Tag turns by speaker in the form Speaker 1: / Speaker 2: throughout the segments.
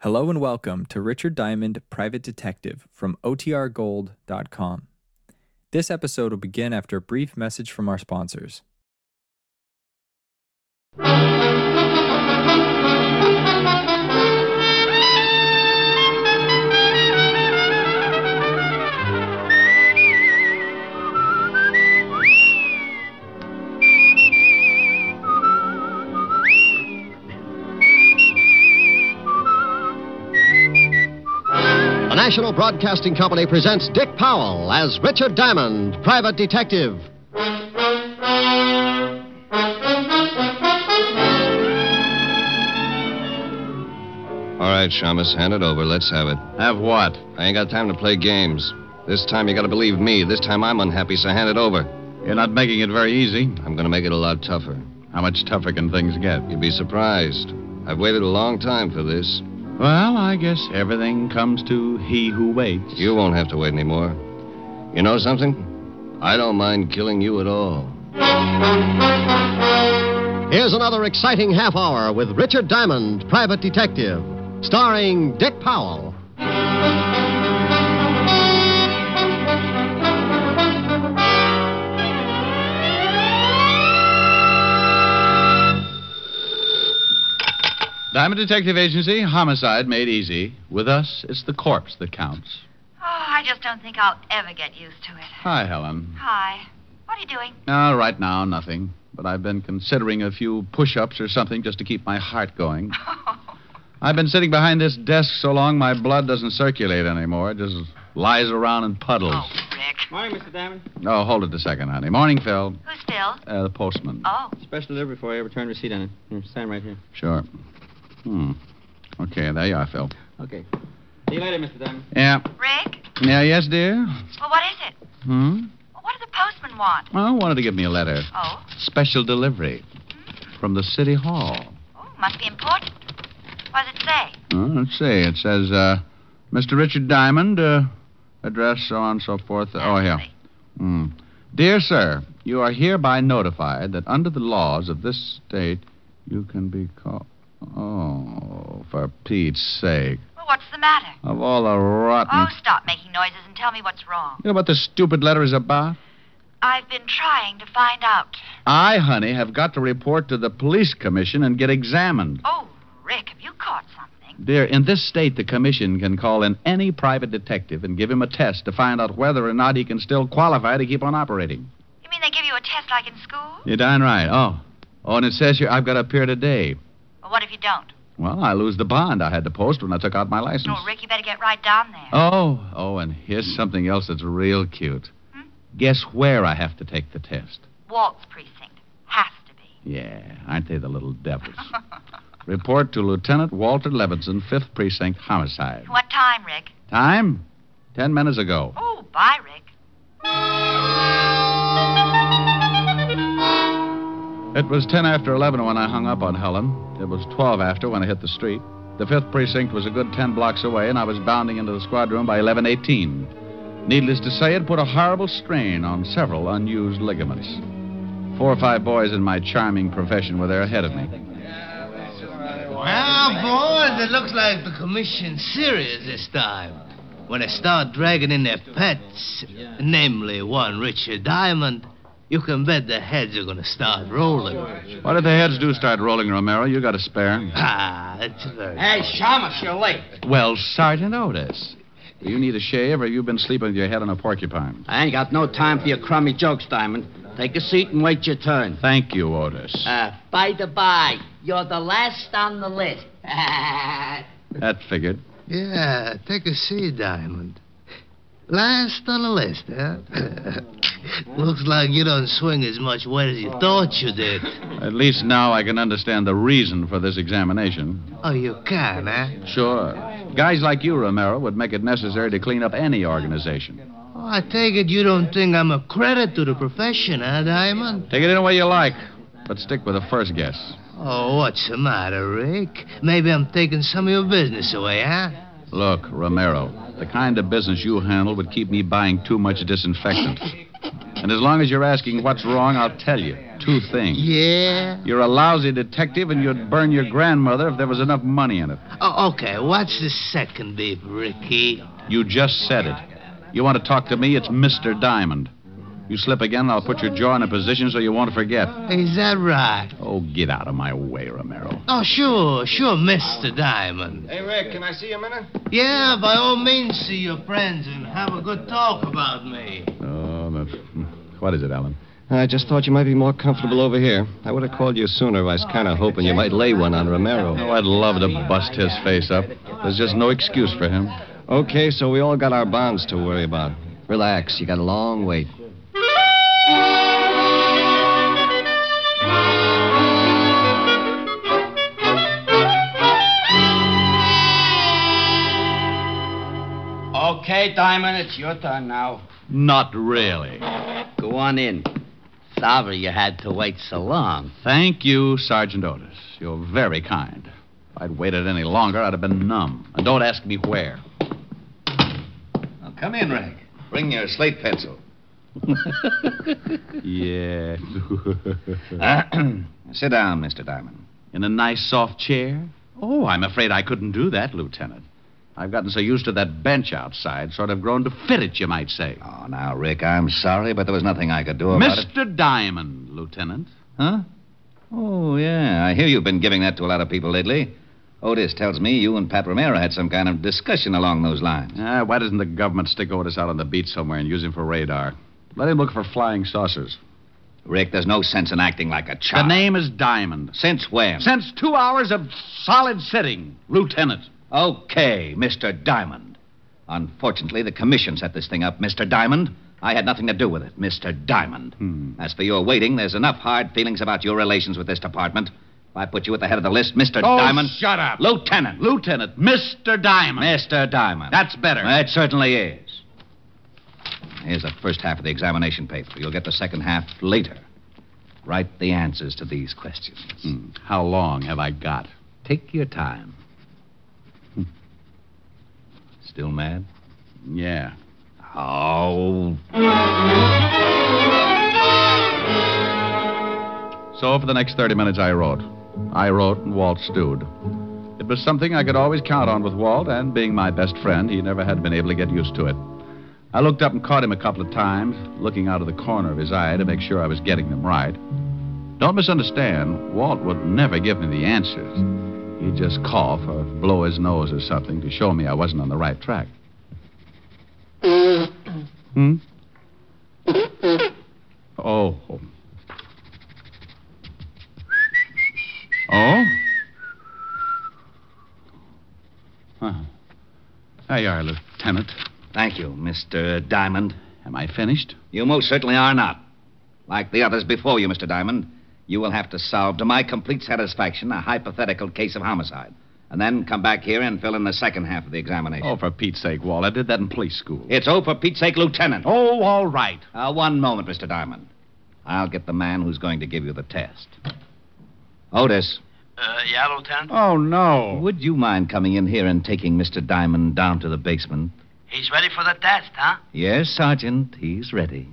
Speaker 1: Hello and welcome to Richard Diamond, Private Detective from OTRGold.com. This episode will begin after a brief message from our sponsors.
Speaker 2: The National Broadcasting Company presents Dick Powell as Richard Diamond, private detective.
Speaker 3: All right, Shamus, hand it over. Let's have it.
Speaker 2: Have what?
Speaker 3: I ain't got time to play games. This time you gotta believe me. This time I'm unhappy, so hand it over.
Speaker 2: You're not making it very easy.
Speaker 3: I'm gonna make it a lot tougher.
Speaker 2: How much tougher can things get?
Speaker 3: You'd be surprised. I've waited a long time for this.
Speaker 2: Well, I guess everything comes to he who waits.
Speaker 3: You won't have to wait anymore. You know something? I don't mind killing you at all.
Speaker 2: Here's another exciting half hour with Richard Diamond, private detective, starring Dick Powell.
Speaker 4: Diamond Detective Agency, homicide made easy. With us, it's the corpse that counts.
Speaker 5: Oh, I just don't think I'll ever get used to it.
Speaker 4: Hi, Helen.
Speaker 5: Hi. What are you doing?
Speaker 4: Ah, right now, nothing. But I've been considering a few push ups or something just to keep my heart going. I've been sitting behind this desk so long my blood doesn't circulate anymore. It just lies around in puddles.
Speaker 5: Oh, Rick.
Speaker 6: Morning, Mr. Diamond.
Speaker 4: Oh, hold it a second, honey. Morning, Phil.
Speaker 5: Who's Phil?
Speaker 4: Uh, the postman.
Speaker 5: Oh,
Speaker 6: Special delivery for you. Return receipt on it. Here, sign right here.
Speaker 4: Sure. Hmm. Okay, there you are, Phil.
Speaker 6: Okay. See you later, Mr. Diamond.
Speaker 4: Yeah.
Speaker 5: Rick?
Speaker 4: Yeah, yes, dear?
Speaker 5: Well, what is it?
Speaker 4: Hmm?
Speaker 5: What did the postman want?
Speaker 4: Well, wanted to give me a letter.
Speaker 5: Oh,
Speaker 4: Special delivery from the City Hall.
Speaker 5: oh must be important. What does it say?
Speaker 4: Uh, let's see. It says, uh, Mr. Richard Diamond, uh, address, so on and so forth. Oh, here. Hmm. Dear sir, you are hereby notified that under the laws of this state, you can be called. Oh, for Pete's sake.
Speaker 5: Well, what's the matter?
Speaker 4: Of all the rotten.
Speaker 5: Oh, stop making noises and tell me what's wrong.
Speaker 4: You know what this stupid letter is about?
Speaker 5: I've been trying to find out.
Speaker 4: I, honey, have got to report to the police commission and get examined.
Speaker 5: Oh, Rick, have you caught something?
Speaker 4: Dear, in this state, the commission can call in any private detective and give him a test to find out whether or not he can still qualify to keep on operating.
Speaker 5: You mean they give you a test like in school?
Speaker 4: You're darn right. Oh. Oh, and it says here I've got to appear today.
Speaker 5: Well, what if you don't?
Speaker 4: Well, I lose the bond I had to post when I took out my license.
Speaker 5: No, Rick, you better get right down there.
Speaker 4: Oh, oh, and here's something else that's real cute.
Speaker 5: Hmm?
Speaker 4: Guess where I have to take the test?
Speaker 5: Walt's precinct. Has to be.
Speaker 4: Yeah, aren't they the little devils? Report to Lieutenant Walter Levinson, 5th Precinct, homicide.
Speaker 5: What time, Rick?
Speaker 4: Time? Ten minutes ago.
Speaker 5: Oh, bye, Rick.
Speaker 4: It was 10 after 11 when I hung up on Helen. It was 12 after when I hit the street. The 5th precinct was a good 10 blocks away, and I was bounding into the squad room by 11:18. Needless to say, it put a horrible strain on several unused ligaments. Four or five boys in my charming profession were there ahead of me.
Speaker 7: Well, boys, it looks like the commission's serious this time. When they start dragging in their pets, namely one Richard Diamond, you can bet the heads are going to start rolling.
Speaker 4: What did the heads do start rolling, Romero? You got a spare?
Speaker 7: Ah, that's very.
Speaker 6: Shamus, you're late.
Speaker 4: Well, Sergeant Otis, do you need a shave, or have you been sleeping with your head on a porcupine?
Speaker 6: I ain't got no time for your crummy jokes, Diamond. Take a seat and wait your turn.
Speaker 4: Thank you, Otis.
Speaker 6: Uh,
Speaker 8: By the by, you're the last on the list.
Speaker 4: That figured.
Speaker 7: Yeah, take a seat, Diamond. Last on the list, huh? looks like you don't swing as much weight as you thought you did.
Speaker 4: At least now I can understand the reason for this examination.
Speaker 7: Oh, you can, eh?
Speaker 4: Sure. Guys like you, Romero, would make it necessary to clean up any organization.
Speaker 7: Oh, I take it you don't think I'm a credit to the profession, huh, Diamond?
Speaker 4: Take it any way you like, but stick with the first guess.
Speaker 7: Oh, what's the matter, Rick? Maybe I'm taking some of your business away, huh?
Speaker 4: Look, Romero, the kind of business you handle would keep me buying too much disinfectant. And as long as you're asking what's wrong, I'll tell you two things.
Speaker 7: Yeah?
Speaker 4: You're a lousy detective, and you'd burn your grandmother if there was enough money in it.
Speaker 7: Oh, okay, what's the second beef, Ricky?
Speaker 4: You just said it. You want to talk to me? It's Mr. Diamond. You slip again, I'll put your jaw in a position so you won't forget.
Speaker 7: Is that right?
Speaker 4: Oh, get out of my way, Romero.
Speaker 7: Oh, sure, sure, Mr. Diamond.
Speaker 3: Hey, Rick, can I see you a minute?
Speaker 7: Yeah, by all means, see your friends and have a good talk about me.
Speaker 4: Oh, that's- what is it, Alan?
Speaker 3: I just thought you might be more comfortable over here. I would have called you sooner. I was kind of hoping you might lay one on Romero.
Speaker 4: Oh, I'd love to bust his face up. There's just no excuse for him.
Speaker 3: Okay, so we all got our bonds to worry about. Relax, you got a long wait.
Speaker 6: Okay, Diamond, it's your turn now.
Speaker 4: Not really.
Speaker 6: Go on in. Sorry you had to wait so long.
Speaker 4: Thank you, Sergeant Otis. You're very kind. If I'd waited any longer, I'd have been numb. And don't ask me where.
Speaker 3: Now come in, Rick. Bring your slate pencil.
Speaker 4: Yeah.
Speaker 3: Sit down, Mr. Diamond.
Speaker 4: In a nice soft chair? Oh, I'm afraid I couldn't do that, Lieutenant. I've gotten so used to that bench outside, sort of grown to fit it, you might say.
Speaker 3: Oh, now, Rick, I'm sorry, but there was nothing I could do
Speaker 4: Mr. Diamond, Lieutenant.
Speaker 3: Huh? Oh, yeah. I hear you've been giving that to a lot of people lately. Otis tells me you and Pat Romero had some kind of discussion along those lines.
Speaker 4: Ah, why doesn't the government stick Otis out on the beach somewhere and use him for radar? Let him look for flying saucers.
Speaker 3: Rick, there's no sense in acting like a
Speaker 4: The
Speaker 3: child.
Speaker 4: name is Diamond.
Speaker 3: Since when?
Speaker 4: Since two hours of solid sitting, Lieutenant.
Speaker 3: Okay, Mr. Diamond. Unfortunately, the commission set this thing up, Mr. Diamond. I had nothing to do with it, Mr. Diamond.
Speaker 4: Hmm.
Speaker 3: As for your waiting, there's enough hard feelings about your relations with this department. If I put you at the head of the list, Mr. Diamond.
Speaker 4: Oh, shut up.
Speaker 3: Lieutenant.
Speaker 4: Lieutenant, Mr. Diamond.
Speaker 3: Mr. Diamond.
Speaker 4: That's better.
Speaker 3: Well, It certainly is. Here's the first half of the examination paper. You'll get the second half later. Write the answers to these questions.
Speaker 4: Hmm, How long have I got?
Speaker 3: Take your time. Still mad?
Speaker 4: Yeah.
Speaker 3: Oh,
Speaker 4: So for the next 30 minutes, I wrote. I wrote and Walt stewed. It was something I could always count on with Walt, and being my best friend, he never had been able to get used to it. I looked up and caught him a couple of times, looking out of the corner of his eye to make sure I was getting them right. Don't misunderstand, Walt would never give me the answers. He'd just cough or blow his nose or something to show me I wasn't on the right track. hmm? Oh. Oh? Huh. There you are, Lieutenant.
Speaker 3: thank you, Mr. Diamond.
Speaker 4: Am I finished?
Speaker 3: You most certainly are not. Like the others before you, Mr. Diamond, you will have to solve, to my complete satisfaction, a hypothetical case of homicide. And then come back here and fill in the second half of the examination.
Speaker 4: Oh, for Pete's sake, Walt. I did that in police school.
Speaker 3: It's oh, for Pete's sake, Lieutenant.
Speaker 4: Oh, all right.
Speaker 3: Uh, one moment, Mr. Diamond. I'll get the man who's going to give you the test. Otis,
Speaker 9: Uh, yeah, Lieutenant?
Speaker 4: Oh, no.
Speaker 3: would you mind coming in here and taking Mr. Diamond down to the basement?
Speaker 9: He's ready for the test, huh?
Speaker 3: Yes, Sergeant, he's ready.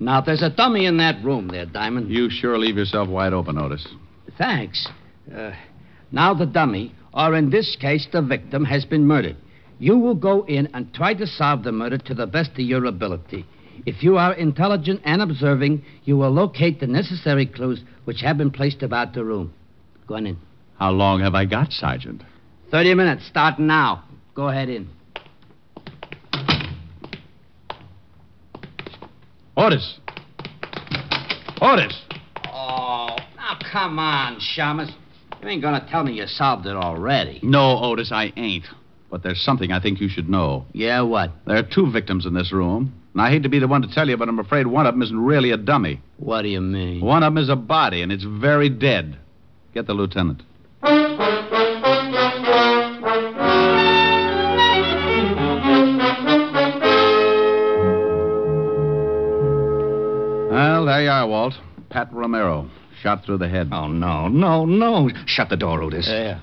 Speaker 6: Now, there's a dummy in that room there, Diamond.
Speaker 4: You sure leave yourself wide open, Otis.
Speaker 6: Thanks. Uh, now the dummy, or in this case, the victim, has been murdered. You will go in and try to solve the murder to the best of your ability. If you are intelligent and observing, you will locate the necessary clues which have been placed about the room. Go on in.
Speaker 4: How long have I got, Sergeant?
Speaker 6: 30 minutes, start now. Go ahead in.
Speaker 4: Otis. Otis.
Speaker 6: Oh, now come on, Shamus. You ain't gonna tell me you solved it already.
Speaker 4: No, Otis, I ain't. But there's something I think you should know.
Speaker 6: Yeah, what?
Speaker 4: There are two victims in this room. And I hate to be the one to tell you, but I'm afraid one of them isn't really a dummy.
Speaker 6: What do you mean?
Speaker 4: One of them is a body, and it's very dead. Get the lieutenant. Well, there you are, Walt. Pat Romero, Shot through the head.
Speaker 3: Oh, no, no, no. Shut the door, Otis.
Speaker 7: Yeah.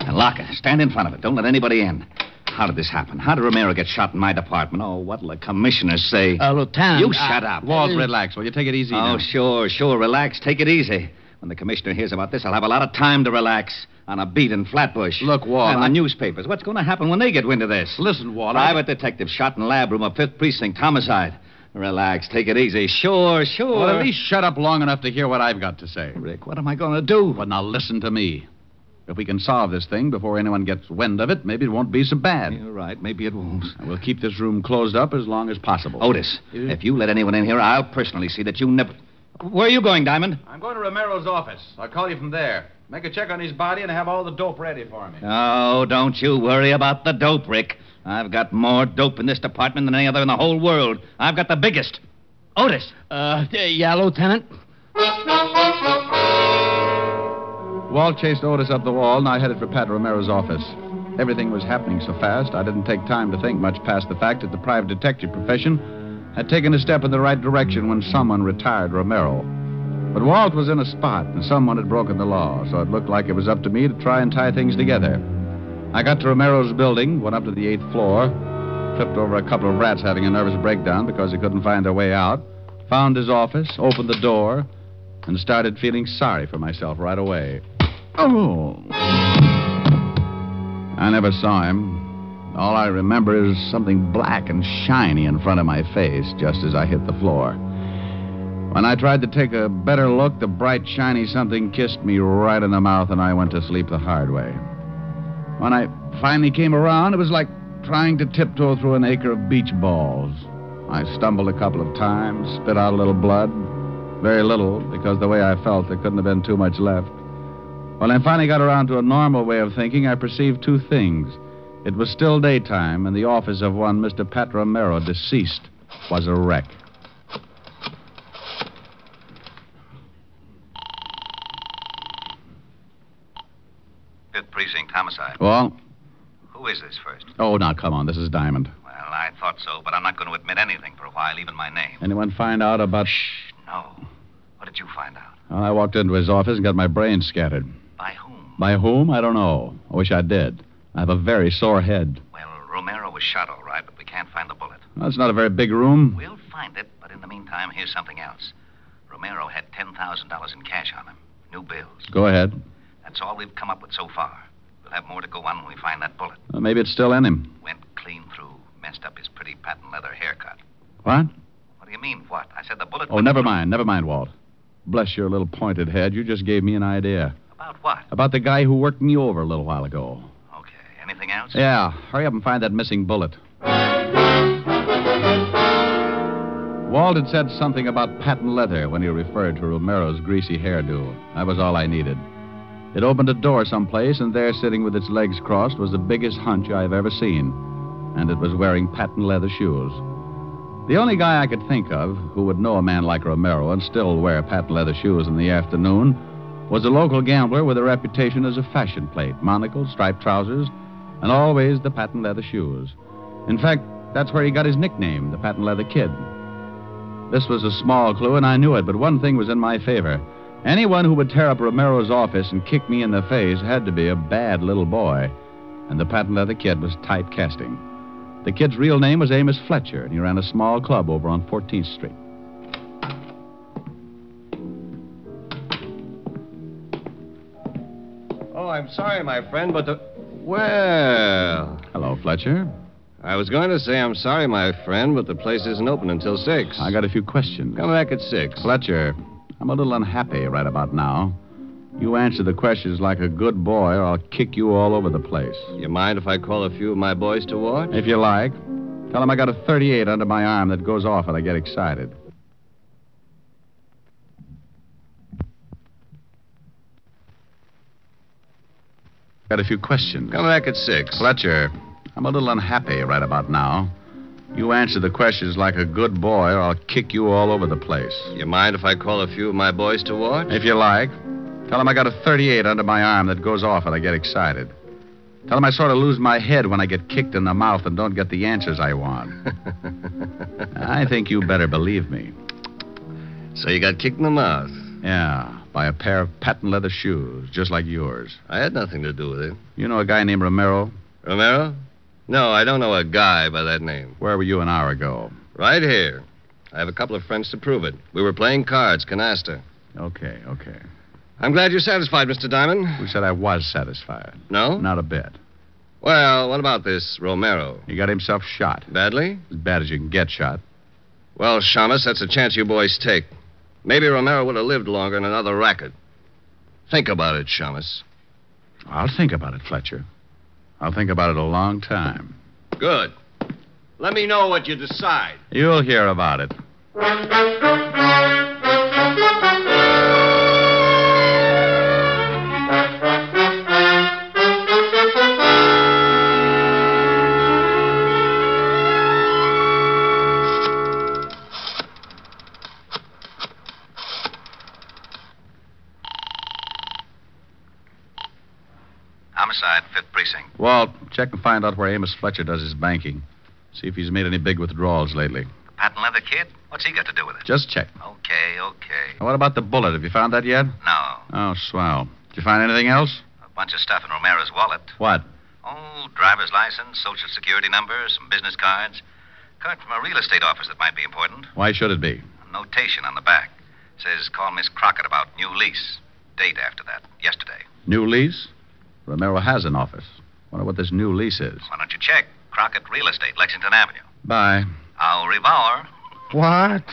Speaker 3: And lock it. Stand in front of it. Don't let anybody in. How did this happen? How did Romero get shot in my department? Oh, what'll the commissioner say?
Speaker 6: Uh, Lieutenant.
Speaker 3: you
Speaker 6: I-
Speaker 3: shut up.
Speaker 4: Walt, relax. Will you take it easy
Speaker 3: Oh,
Speaker 4: now?
Speaker 3: sure, sure. Relax. Take it easy. When the commissioner hears about this, I'll have a lot of time to relax on a beat in Flatbush.
Speaker 4: Look, Walt,
Speaker 3: And the
Speaker 4: I-
Speaker 3: newspapers. What's going to happen when they get wind of this?
Speaker 4: Listen, Walt, I-
Speaker 3: Private detective shot in lab room of Fifth Precinct homicide. Relax. Take it easy. Sure, sure.
Speaker 4: Well, at least shut up long enough to hear what I've got to say.
Speaker 3: Rick, what am I going to do?
Speaker 4: Well, now listen to me. If we can solve this thing before anyone gets wind of it, maybe it won't be so bad.
Speaker 3: You're right. Maybe it won't.
Speaker 4: And we'll keep this room closed up as long as possible.
Speaker 3: Otis, if you let anyone in here, I'll personally see that you never. Where are you going, Diamond?
Speaker 4: I'm going to Romero's office. I'll call you from there. Make a check on his body and have all the dope ready for me.
Speaker 3: Oh, don't you worry about the dope, Rick. I've got more dope in this department than any other in the whole world. I've got the biggest. Otis.
Speaker 6: Uh, yeah, Lieutenant.
Speaker 4: Walt chased Otis up the wall, and I headed for Pat Romero's office. Everything was happening so fast, I didn't take time to think much past the fact that the private detective profession had taken a step in the right direction when someone retired Romero. But Walt was in a spot, and someone had broken the law, so it looked like it was up to me to try and tie things together. I got to Romero's building, went up to the eighth floor, tripped over a couple of rats having a nervous breakdown because they couldn't find their way out, found his office, opened the door, and started feeling sorry for myself right away. Oh. I never saw him. All I remember is something black and shiny in front of my face just as I hit the floor. When I tried to take a better look, the bright, shiny something kissed me right in the mouth, and I went to sleep the hard way. When I finally came around, it was like trying to tiptoe through an acre of beach balls. I stumbled a couple of times, spit out a little blood. Very little, because the way I felt, there couldn't have been too much left. When I finally got around to a normal way of thinking, I perceived two things. It was still daytime, and the office of one Mr. Pat Romero, deceased, was a wreck.
Speaker 3: Fifth Precinct Homicide.
Speaker 4: Well,
Speaker 3: Who is this first?
Speaker 4: oh, now come on, this is Diamond.
Speaker 3: Well, I thought so, but I'm not going to admit anything for a while, even my name.
Speaker 4: Anyone find out about?
Speaker 3: No. What did you find out?
Speaker 4: Well, I walked into his office and got my brains scattered.
Speaker 3: By whom?
Speaker 4: By whom? I don't know. I wish I did. I have a very sore head.
Speaker 3: Well, Romero was shot all right, but we can't find the bullet.
Speaker 4: That's not a very big room.
Speaker 3: We'll find it, but in the meantime, here's something else. Romero had $10,000 in cash on him. New bills.
Speaker 4: Go ahead.
Speaker 3: That's all we've come up with so far. We'll have more to go on when we find that bullet.
Speaker 4: Uh, maybe it's still in him.
Speaker 3: Went clean through, messed up his pretty patent leather haircut.
Speaker 4: What?
Speaker 3: What do you mean, what? I said the bullet.
Speaker 4: Oh, never mind. Never mind, Walt. Bless your little pointed head. You just gave me an idea.
Speaker 3: About what?
Speaker 4: About the guy who worked me over a little while ago.
Speaker 3: Okay. Anything else?
Speaker 4: Yeah, hurry up and find that missing bullet. Walt had said something about patent leather when he referred to Romero's greasy hairdo. That was all I needed. It opened a door someplace, and there, sitting with its legs crossed, was the biggest hunch I've ever seen. And it was wearing patent leather shoes. The only guy I could think of who would know a man like Romero and still wear patent leather shoes in the afternoon was a local gambler with a reputation as a fashion plate, monocle, striped trousers, and always the patent leather shoes. In fact, that's where he got his nickname, the patent leather kid. This was a small clue, and I knew it, but one thing was in my favor. Anyone who would tear up Romero's office and kick me in the face had to be a bad little boy, and the patent leather kid was typecasting. The kid's real name was Amos Fletcher, and he ran a small club over on 14th Street.
Speaker 2: Oh, I'm sorry, my friend, but the. Well,
Speaker 4: Hello, Fletcher.
Speaker 2: I was going to say I'm sorry, my friend, but the place isn't open until six.
Speaker 4: I got a few questions.
Speaker 2: Come back at six.
Speaker 4: Fletcher, I'm a little unhappy right about now. You answer the questions like a good boy, or I'll kick you all over the place.
Speaker 2: You mind if I call a few of my boys to watch?
Speaker 4: If you like, tell him I got a 38 under my arm that goes off when I get excited. Got a few questions.
Speaker 2: Come back at six.
Speaker 4: Fletcher, I'm a little unhappy right about now. You answer the questions like a good boy, or I'll kick you all over the place.
Speaker 2: You mind if I call a few of my boys to watch?
Speaker 4: If you like, tell him I got a 38 under my arm that goes off when I get excited. Tell him I sort of lose my head when I get kicked in the mouth and don't get the answers I want. I think you better believe me.
Speaker 2: So you got kicked in the mouth.
Speaker 4: Yeah. by a pair of patent leather shoes, just like yours.
Speaker 2: I had nothing to do with it.
Speaker 4: You know a guy named Romero?
Speaker 2: Romero? No, I don't know a guy by that name.
Speaker 4: Where were you an hour ago?
Speaker 2: Right here. I have a couple of friends to prove it. We were playing cards, canasta.
Speaker 4: Okay, okay.
Speaker 2: I'm glad you're satisfied, Mr. Diamond.
Speaker 4: Who said I was satisfied?
Speaker 2: No?
Speaker 4: Not a bit.
Speaker 2: Well, what about this Romero?
Speaker 4: He got himself shot.
Speaker 2: Badly?
Speaker 4: As bad as you can get shot.
Speaker 2: Well, Shamus, that's a chance you boys take. Maybe Romero would have lived longer in another racket. Think about it, Shamus.
Speaker 4: I'll think about it, Fletcher. I'll think about it a long time.
Speaker 2: Good. Let me know what you decide.
Speaker 4: You'll hear about it.
Speaker 3: Homicide, 5th Precinct.
Speaker 4: Walt, check and find out where Amos Fletcher does his banking. See if he's made any big withdrawals lately.
Speaker 3: Patent leather kid? What's he got to do with it?
Speaker 4: Just check.
Speaker 3: Okay, okay.
Speaker 4: And what about the bullet? Have you found that yet?
Speaker 3: No.
Speaker 4: Oh, swell. Did you find anything else?
Speaker 3: A bunch of stuff in Romero's wallet.
Speaker 4: What?
Speaker 3: Oh, driver's license, social security number, some business cards. Card from a real estate office that might be important.
Speaker 4: Why should it be?
Speaker 3: A notation on the back. Says, call Miss Crockett about new lease. Date after that, yesterday.
Speaker 4: New lease? Romero has an office. Wonder what this new lease is.
Speaker 3: Why don't you check? Crockett Real Estate, Lexington Avenue.
Speaker 4: Bye.
Speaker 3: Our revolver.
Speaker 4: What?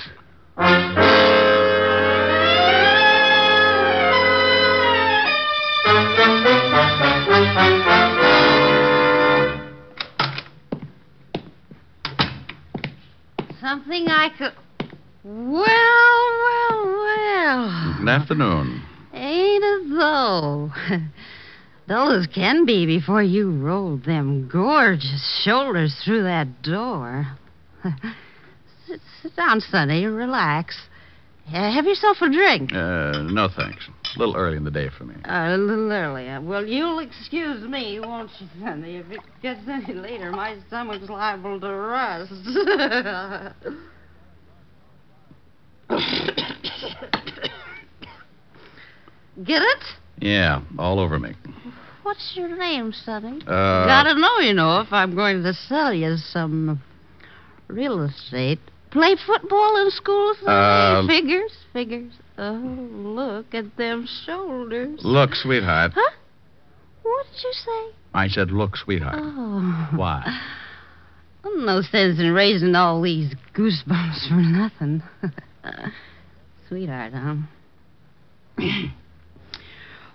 Speaker 8: Something I could. Well, well,
Speaker 4: Good afternoon.
Speaker 8: well. Ain't a though. Dull as Oh, can be before you rolled them gorgeous shoulders through that door. sit, sit down, Sonny. Relax. Uh, have yourself a drink.
Speaker 4: Uh, no thanks. A little early in the day for me.
Speaker 8: Uh, a little earlier. Well, you'll excuse me, won't you, Sonny? If it gets any later, my stomach's liable to rust. Get it?
Speaker 4: Yeah, all over me.
Speaker 8: What's your name, Sonny?
Speaker 4: Uh,
Speaker 8: Gotta know, you know, if I'm going to sell you some real estate. Play football in school, Sonny?
Speaker 4: Uh,
Speaker 8: figures, figures. Oh, look at them shoulders.
Speaker 4: Look, sweetheart.
Speaker 8: Huh? What did you say?
Speaker 4: I said, look, sweetheart.
Speaker 8: Oh.
Speaker 4: Why?
Speaker 8: No sense in raising all these goosebumps for nothing. Sweetheart, huh?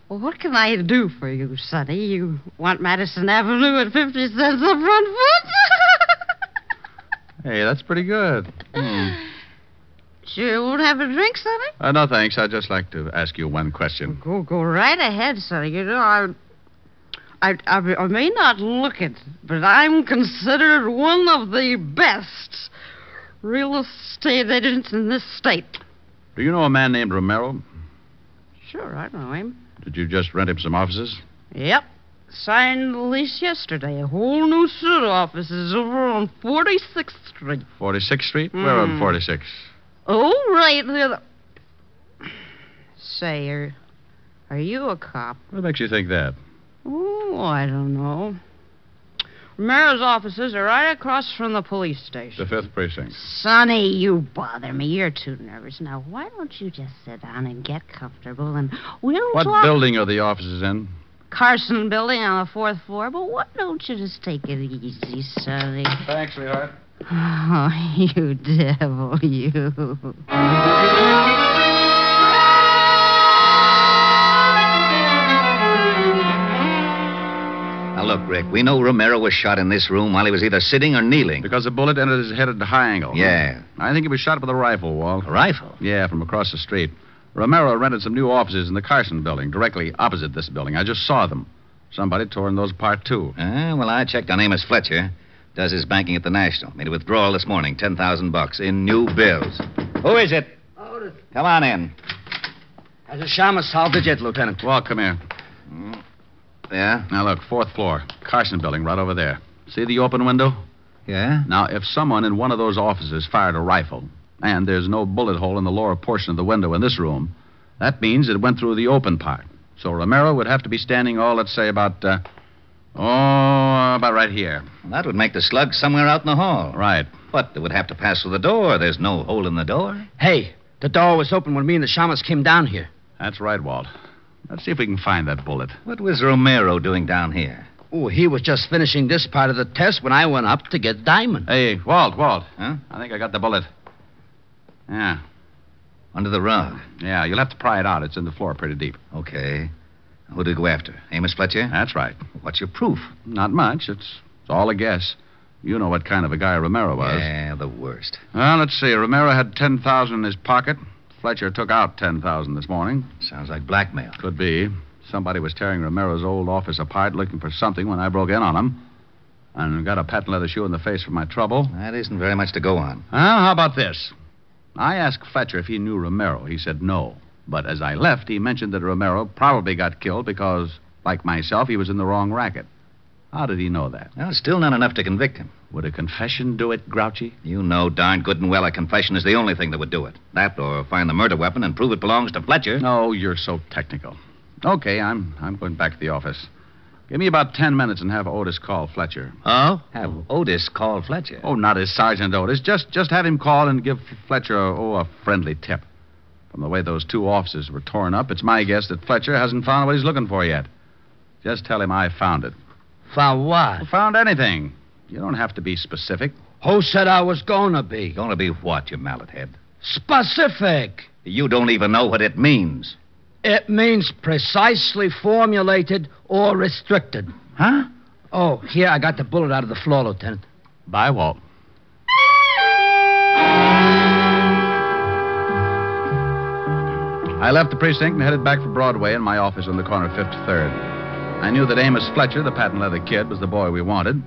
Speaker 8: well, what can I do for you, Sonny? You want Madison Avenue at 50 cents a front foot?
Speaker 4: Hey, that's pretty good. Hmm.
Speaker 8: sure won't have a drink, Sonny?
Speaker 4: Uh, no thanks. I'd just like to ask you one question.
Speaker 8: Go, go right ahead, Sonny. You know, I... I, I, I may not look it, but I'm considered one of the best real estate agents in this state.
Speaker 4: Do you know a man named Romero?
Speaker 8: Sure, I know him.
Speaker 4: Did you just rent him some offices?
Speaker 8: Yep. Signed the lease yesterday. A whole new suit of offices over on 46th Street.
Speaker 4: 46th Street? Where on
Speaker 8: Hmm.
Speaker 4: 46?
Speaker 8: Oh, right there. The... Say, are, are you a cop?
Speaker 4: What makes you think that?
Speaker 8: Oh, I don't know. Romero's offices are right across from the police
Speaker 4: The
Speaker 8: station.
Speaker 4: fifth precinct.
Speaker 8: Sonny, you bother me. You're too nervous. Now, why don't you just sit down and get comfortable and we'll
Speaker 4: What
Speaker 8: talk.
Speaker 4: building are the offices in?
Speaker 8: Carson building on the fourth floor, but why don't you just take it easy, Sonny?
Speaker 4: Thanks, sweetheart.
Speaker 8: Oh, you devil, you.
Speaker 3: Now, look, Rick, we know Romero was shot in this room while he was either sitting or kneeling.
Speaker 4: Because the bullet entered his head at a high angle.
Speaker 3: Yeah.
Speaker 4: I think he was shot with a rifle, Walt.
Speaker 3: A rifle?
Speaker 4: Yeah, from across the street. Romero rented some new offices in the Carson building, directly opposite this building. I just saw them. Somebody tore in those apart, too.
Speaker 3: Ah, well, I checked on Amos Fletcher. Does his banking at the National. Made a withdrawal this morning, 10000 bucks in new bills. Who is it?
Speaker 6: Otis.
Speaker 3: Come on in.
Speaker 6: As a shamus salvage it, Lieutenant.
Speaker 4: Walt, come here.
Speaker 3: Hmm. Yeah?
Speaker 4: Now, look, fourth floor. Carson building, right over there. See the open window?
Speaker 3: Yeah?
Speaker 4: Now, if someone in one of those offices fired a rifle, and there's no bullet hole in the lower portion of the window in this room, That means it went through the open part. So Romero would have to be standing, oh, let's say about, uh, oh, about right here.
Speaker 3: That would make the slug somewhere out in the hall.
Speaker 4: Right.
Speaker 3: But it would have to pass through the door. There's no hole in the door.
Speaker 6: Hey, the door was open when me and the shamas came down here.
Speaker 4: That's right, Walt. Let's see if we can find that bullet.
Speaker 3: What was Romero doing down here?
Speaker 6: Oh, he was just finishing this part of the test when I went up to get Diamond.
Speaker 4: Hey, Walt, Walt.
Speaker 3: Huh?
Speaker 4: I think I got the bullet. Yeah,
Speaker 3: Under the rug.
Speaker 4: yeah. You'll have to pry it out. It's in the floor pretty deep.
Speaker 3: Okay. Who did you go after? Amos Fletcher?
Speaker 4: That's right.
Speaker 3: What's your proof?
Speaker 4: Not much. It's, it's all a guess. You know what kind of a guy Romero was.
Speaker 3: Yeah, the worst.
Speaker 4: Well, let's see. Romero had 10000 in his pocket. Fletcher took out 10000 this morning.
Speaker 3: Sounds like blackmail.
Speaker 4: Could be. Somebody was tearing Romero's old office apart looking for something when I broke in on him. And got a patent leather shoe in the face for my trouble.
Speaker 3: That isn't very much to go on.
Speaker 4: Well, how about this? I asked Fletcher if he knew Romero. He said no. But as I left, he mentioned that Romero probably got killed because, like myself, he was in the wrong racket. How did he know that?
Speaker 3: Well, still not enough to convict him.
Speaker 4: Would a confession do it, Grouchy?
Speaker 3: You know darn good and well a confession is the only thing that would do it. That or find the murder weapon and prove it belongs to Fletcher.
Speaker 4: No, you're so technical. Okay, I'm I'm going back to the office. Give me about ten minutes and have Otis call Fletcher.
Speaker 3: Oh? Have Otis call Fletcher.
Speaker 4: Oh, not his Sergeant Otis. Just just have him call and give Fletcher oh a friendly tip. From the way those two officers were torn up, it's my guess that Fletcher hasn't found what he's looking for yet. Just tell him I found it.
Speaker 6: For what?
Speaker 4: Found anything? You don't have to be specific.
Speaker 6: Who said I was going to be?
Speaker 3: Gonna be what, you mallet head?
Speaker 6: Specific.
Speaker 3: You don't even know what it means.
Speaker 6: It means precisely formulated or restricted.
Speaker 3: Huh?
Speaker 6: Oh, here, I got the bullet out of the floor, Lieutenant.
Speaker 4: Bye, Walt. I left the precinct and headed back for Broadway and my office on the corner of 53rd. I knew that Amos Fletcher, the patent leather kid, was the boy we wanted,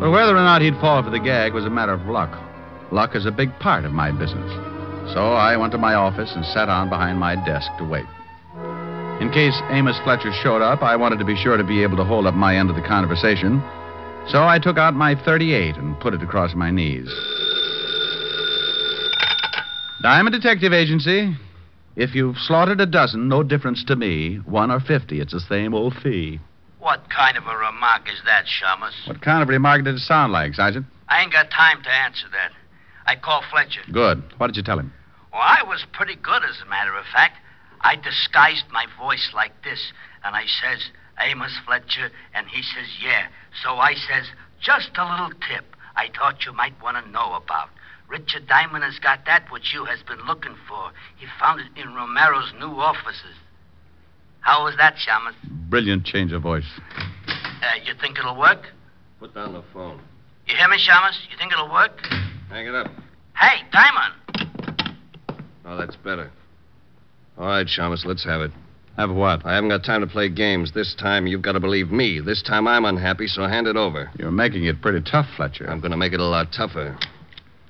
Speaker 4: but whether or not he'd fall for the gag was a matter of luck. Luck is a big part of my business. So I went to my office and sat down behind my desk to wait. In case Amos Fletcher showed up, I wanted to be sure to be able to hold up my end of the conversation, so I took out my 38 and put it across my knees. Diamond Detective Agency. If you've slaughtered a dozen, no difference to me. One or 50, it's the same old fee.
Speaker 9: What kind of a remark is that, Shamus?
Speaker 4: What kind of remark did it sound like, Sergeant?
Speaker 9: I ain't got time to answer that. I called Fletcher.
Speaker 4: Good. What did you tell him?
Speaker 9: Well, I was pretty good, as a matter of fact. I disguised my voice like this, and I says, Amos Fletcher, and he says, yeah. So I says, just a little tip I thought you might want to know about. Richard Diamond has got that which you has been looking for. He found it in Romero's new offices. How was that, Shamus?
Speaker 4: Brilliant change of voice.
Speaker 9: Uh, you think it'll work?
Speaker 2: Put down the phone.
Speaker 9: You hear me, Shamus? You think it'll work?
Speaker 2: Hang it up.
Speaker 9: Hey, Diamond.
Speaker 2: Oh, that's better. All right, Shamus, let's have it.
Speaker 4: Have what?
Speaker 2: I haven't got time to play games. This time you've got to believe me. This time I'm unhappy, so hand it over.
Speaker 4: You're making it pretty tough, Fletcher.
Speaker 2: I'm going to make it a lot tougher.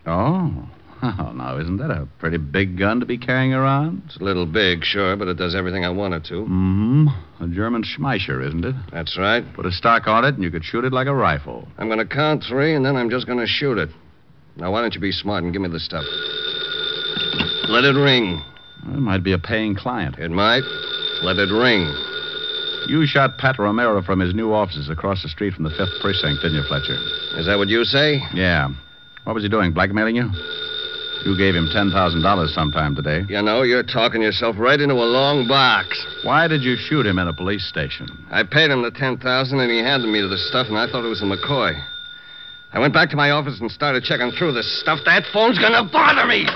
Speaker 4: Oh. Oh, now, isn't that a pretty big gun to be carrying around?
Speaker 2: It's a little big, sure, but it does everything I want it to.
Speaker 4: Mm-hmm. A German Schmeischer, isn't it?
Speaker 2: That's right.
Speaker 4: Put a stock on it, and you could shoot it like a rifle.
Speaker 2: I'm going to count three, and then I'm just going to shoot it. Now, why don't you be smart and give me the stuff? Let it ring.
Speaker 4: Well, It might be a paying client.
Speaker 2: It might. Let it ring.
Speaker 4: You shot Pat Romero from his new offices across the street from the 5th Precinct, didn't you, Fletcher?
Speaker 2: Is that what you say?
Speaker 4: Yeah. What was he doing, blackmailing you? You gave him $10,000 sometime today.
Speaker 2: You know, you're talking yourself right into a long box.
Speaker 4: Why did you shoot him in a police station?
Speaker 2: I paid him the ten thousand, and he handed me the stuff, and I thought it was the McCoy. I went back to my office and started checking through the stuff. That phone's gonna bother me.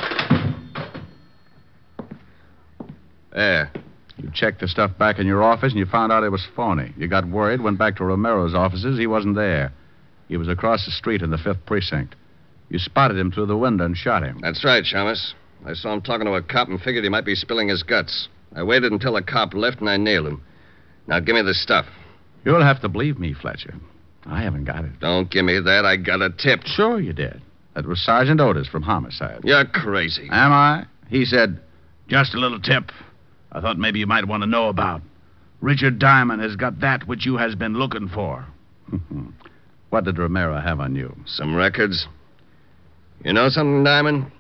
Speaker 2: There.
Speaker 4: You checked the stuff back in your office, and you found out it was phony. You got worried, went back to Romero's offices. He wasn't there. He was across the street in the 5th Precinct. You spotted him through the window and shot him.
Speaker 2: That's right, Shamus. I saw him talking to a cop and figured he might be spilling his guts. I waited until the cop left and I nailed him. Now give me the stuff.
Speaker 4: You'll have to believe me, Fletcher. I haven't got it.
Speaker 2: Don't give me that. I got a tip.
Speaker 4: Sure you did. That was Sergeant Otis from Homicide.
Speaker 2: You're crazy.
Speaker 4: Am I? He said, Just a little tip. I thought maybe you might want to know about. Richard Diamond has got that which you has been looking for. what did Romero have on you?
Speaker 2: Some records. You know something, Diamond?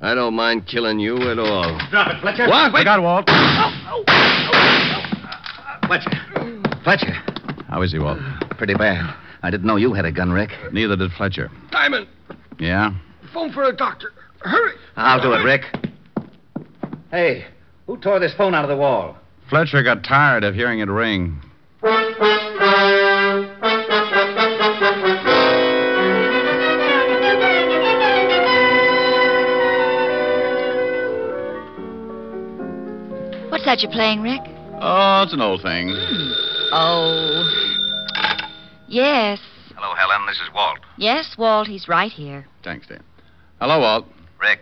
Speaker 2: I don't mind killing you at all.
Speaker 10: Drop it, Fletcher.
Speaker 2: What?
Speaker 10: Wait.
Speaker 2: I
Speaker 11: got Walt.
Speaker 10: Fletcher. Fletcher.
Speaker 11: How is he, Walt?
Speaker 10: Pretty bad. I didn't know you had a gun, Rick.
Speaker 11: Neither did Fletcher.
Speaker 2: Diamond,
Speaker 11: Yeah?
Speaker 2: phone for a doctor. Hurry.
Speaker 10: I'll do it, Rick. Hey, who tore this phone out of the wall?
Speaker 11: Fletcher got tired of hearing it ring.
Speaker 5: What's that you're playing, Rick?
Speaker 11: Oh, it's an old thing.
Speaker 5: Oh. Yes.
Speaker 3: Hello, Helen. This is Walt.
Speaker 5: Yes, Walt, he's right here.
Speaker 11: Thanks, Dave. Hello, Walt.
Speaker 3: Rick,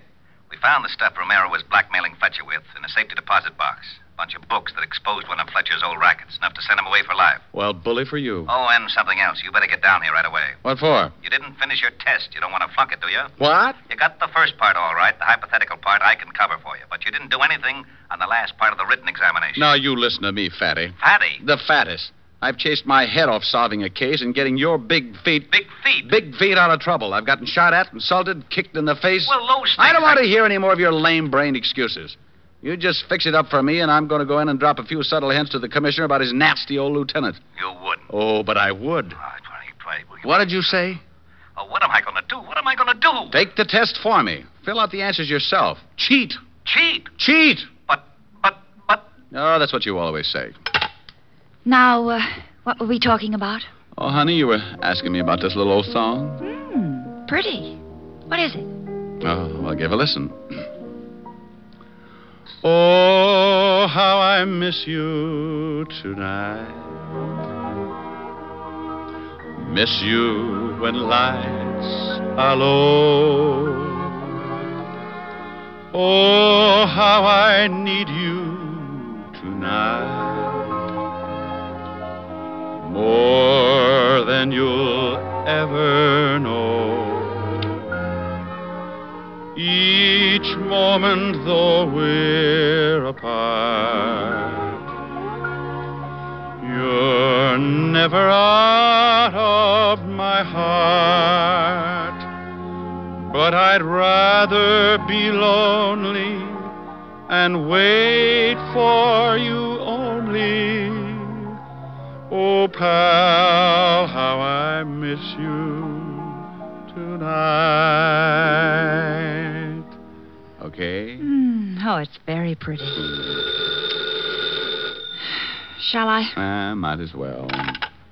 Speaker 3: we found the stuff Romero was blackmailing Fletcher with in a safety deposit box. Bunch of books that exposed one of Fletcher's old rackets, enough to send him away for life.
Speaker 11: Well, bully for you.
Speaker 3: Oh, and something else. You better get down here right away.
Speaker 11: What for?
Speaker 3: You didn't finish your test. You don't want to flunk it, do you?
Speaker 11: What?
Speaker 3: You got the first part all right, the hypothetical part I can cover for you, but you didn't do anything on the last part of the written examination.
Speaker 11: Now, you listen to me, fatty.
Speaker 3: Fatty,
Speaker 11: The fattest. I've chased my head off solving a case and getting your big feet,
Speaker 3: big feet.
Speaker 11: big feet out of trouble. I've gotten shot at, insulted, kicked in the face.
Speaker 3: Well, those things.
Speaker 11: I don't want to hear any more of your lame brained excuses. You just fix it up for me, and I'm going to go in and drop a few subtle hints to the commissioner about his nasty old lieutenant.
Speaker 3: You wouldn't.
Speaker 11: Oh, but I would.
Speaker 3: Oh, twenty, twenty, will you-
Speaker 11: What did you say?
Speaker 3: Oh, what am I going to do? What am I going to do?
Speaker 11: Take the test for me. Fill out the answers yourself. Cheat.
Speaker 3: Cheat.
Speaker 11: Cheat.
Speaker 3: But, but, but.
Speaker 11: Oh, that's what you always say.
Speaker 5: Now, uh, what were we talking about?
Speaker 11: Oh, honey, you were asking me about this little old song.
Speaker 5: Hmm, pretty. What is it?
Speaker 11: Oh, well, give a listen. Oh, how I miss you tonight. Miss you when lights are low. Oh, how I need you tonight. More than you'll ever know. Each moment, though we're apart, you're never out of my heart. But I'd rather be lonely and wait for you only. Oh, pal, how I miss you tonight. Okay.
Speaker 5: Hmm, oh, it's very pretty. Mm. Shall I?
Speaker 11: Ah, might as well.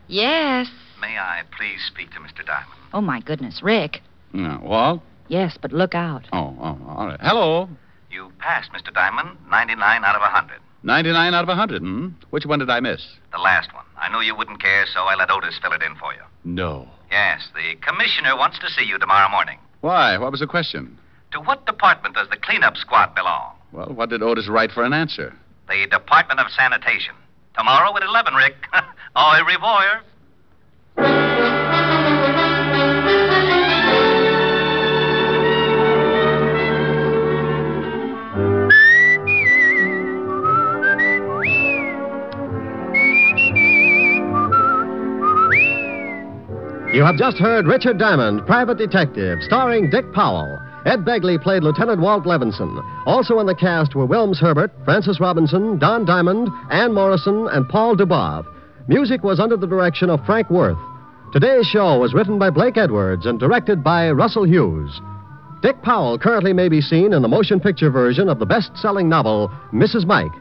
Speaker 5: Yes.
Speaker 3: May I please speak to Mr. Diamond?
Speaker 5: Oh, my goodness, Rick.
Speaker 11: No, Walt?
Speaker 5: Yes, but look out.
Speaker 11: Oh, oh, all right. Hello.
Speaker 3: You passed, Mr. Diamond, 99 out of 100.
Speaker 11: 99 out of 100, hmm? Which one did I miss?
Speaker 3: The last one. I knew you wouldn't care, so I let Otis fill it in for you.
Speaker 11: No.
Speaker 3: Yes, the commissioner wants to see you tomorrow morning.
Speaker 11: Why? What was the question?
Speaker 3: To what department does the cleanup squad belong?
Speaker 11: Well, what did Otis write for an answer?
Speaker 3: The Department of Sanitation. Tomorrow at 11, Rick. Au revoir.
Speaker 12: You have just heard Richard Diamond, Private Detective, starring Dick Powell. Ed Begley played Lieutenant Walt Levinson. Also in the cast were Wilms Herbert, Francis Robinson, Don Diamond, Ann Morrison, and Paul Dubov. Music was under the direction of Frank Worth. Today's show was written by Blake Edwards and directed by Russell Hughes. Dick Powell currently may be seen in the motion picture version of the best selling novel, Mrs. Mike.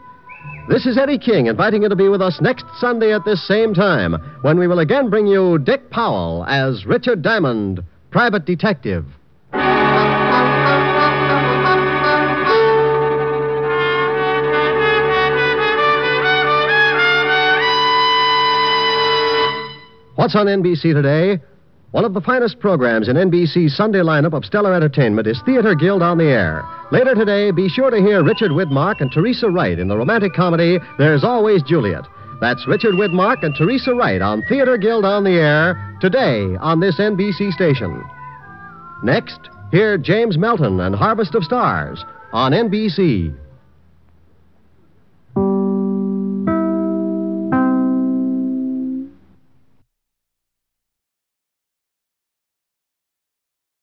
Speaker 12: This is Eddie King inviting you to be with us next Sunday at this same time when we will again bring you Dick Powell as Richard Diamond, private detective. What's on NBC today? One of the finest programs in NBC's Sunday lineup of stellar entertainment is Theater Guild on the Air. Later today, be sure to hear Richard Widmark and Teresa Wright in the romantic comedy There's Always Juliet. That's Richard Widmark and Teresa Wright on Theater Guild on the Air today on this NBC station. Next, hear James Melton and Harvest of Stars on NBC.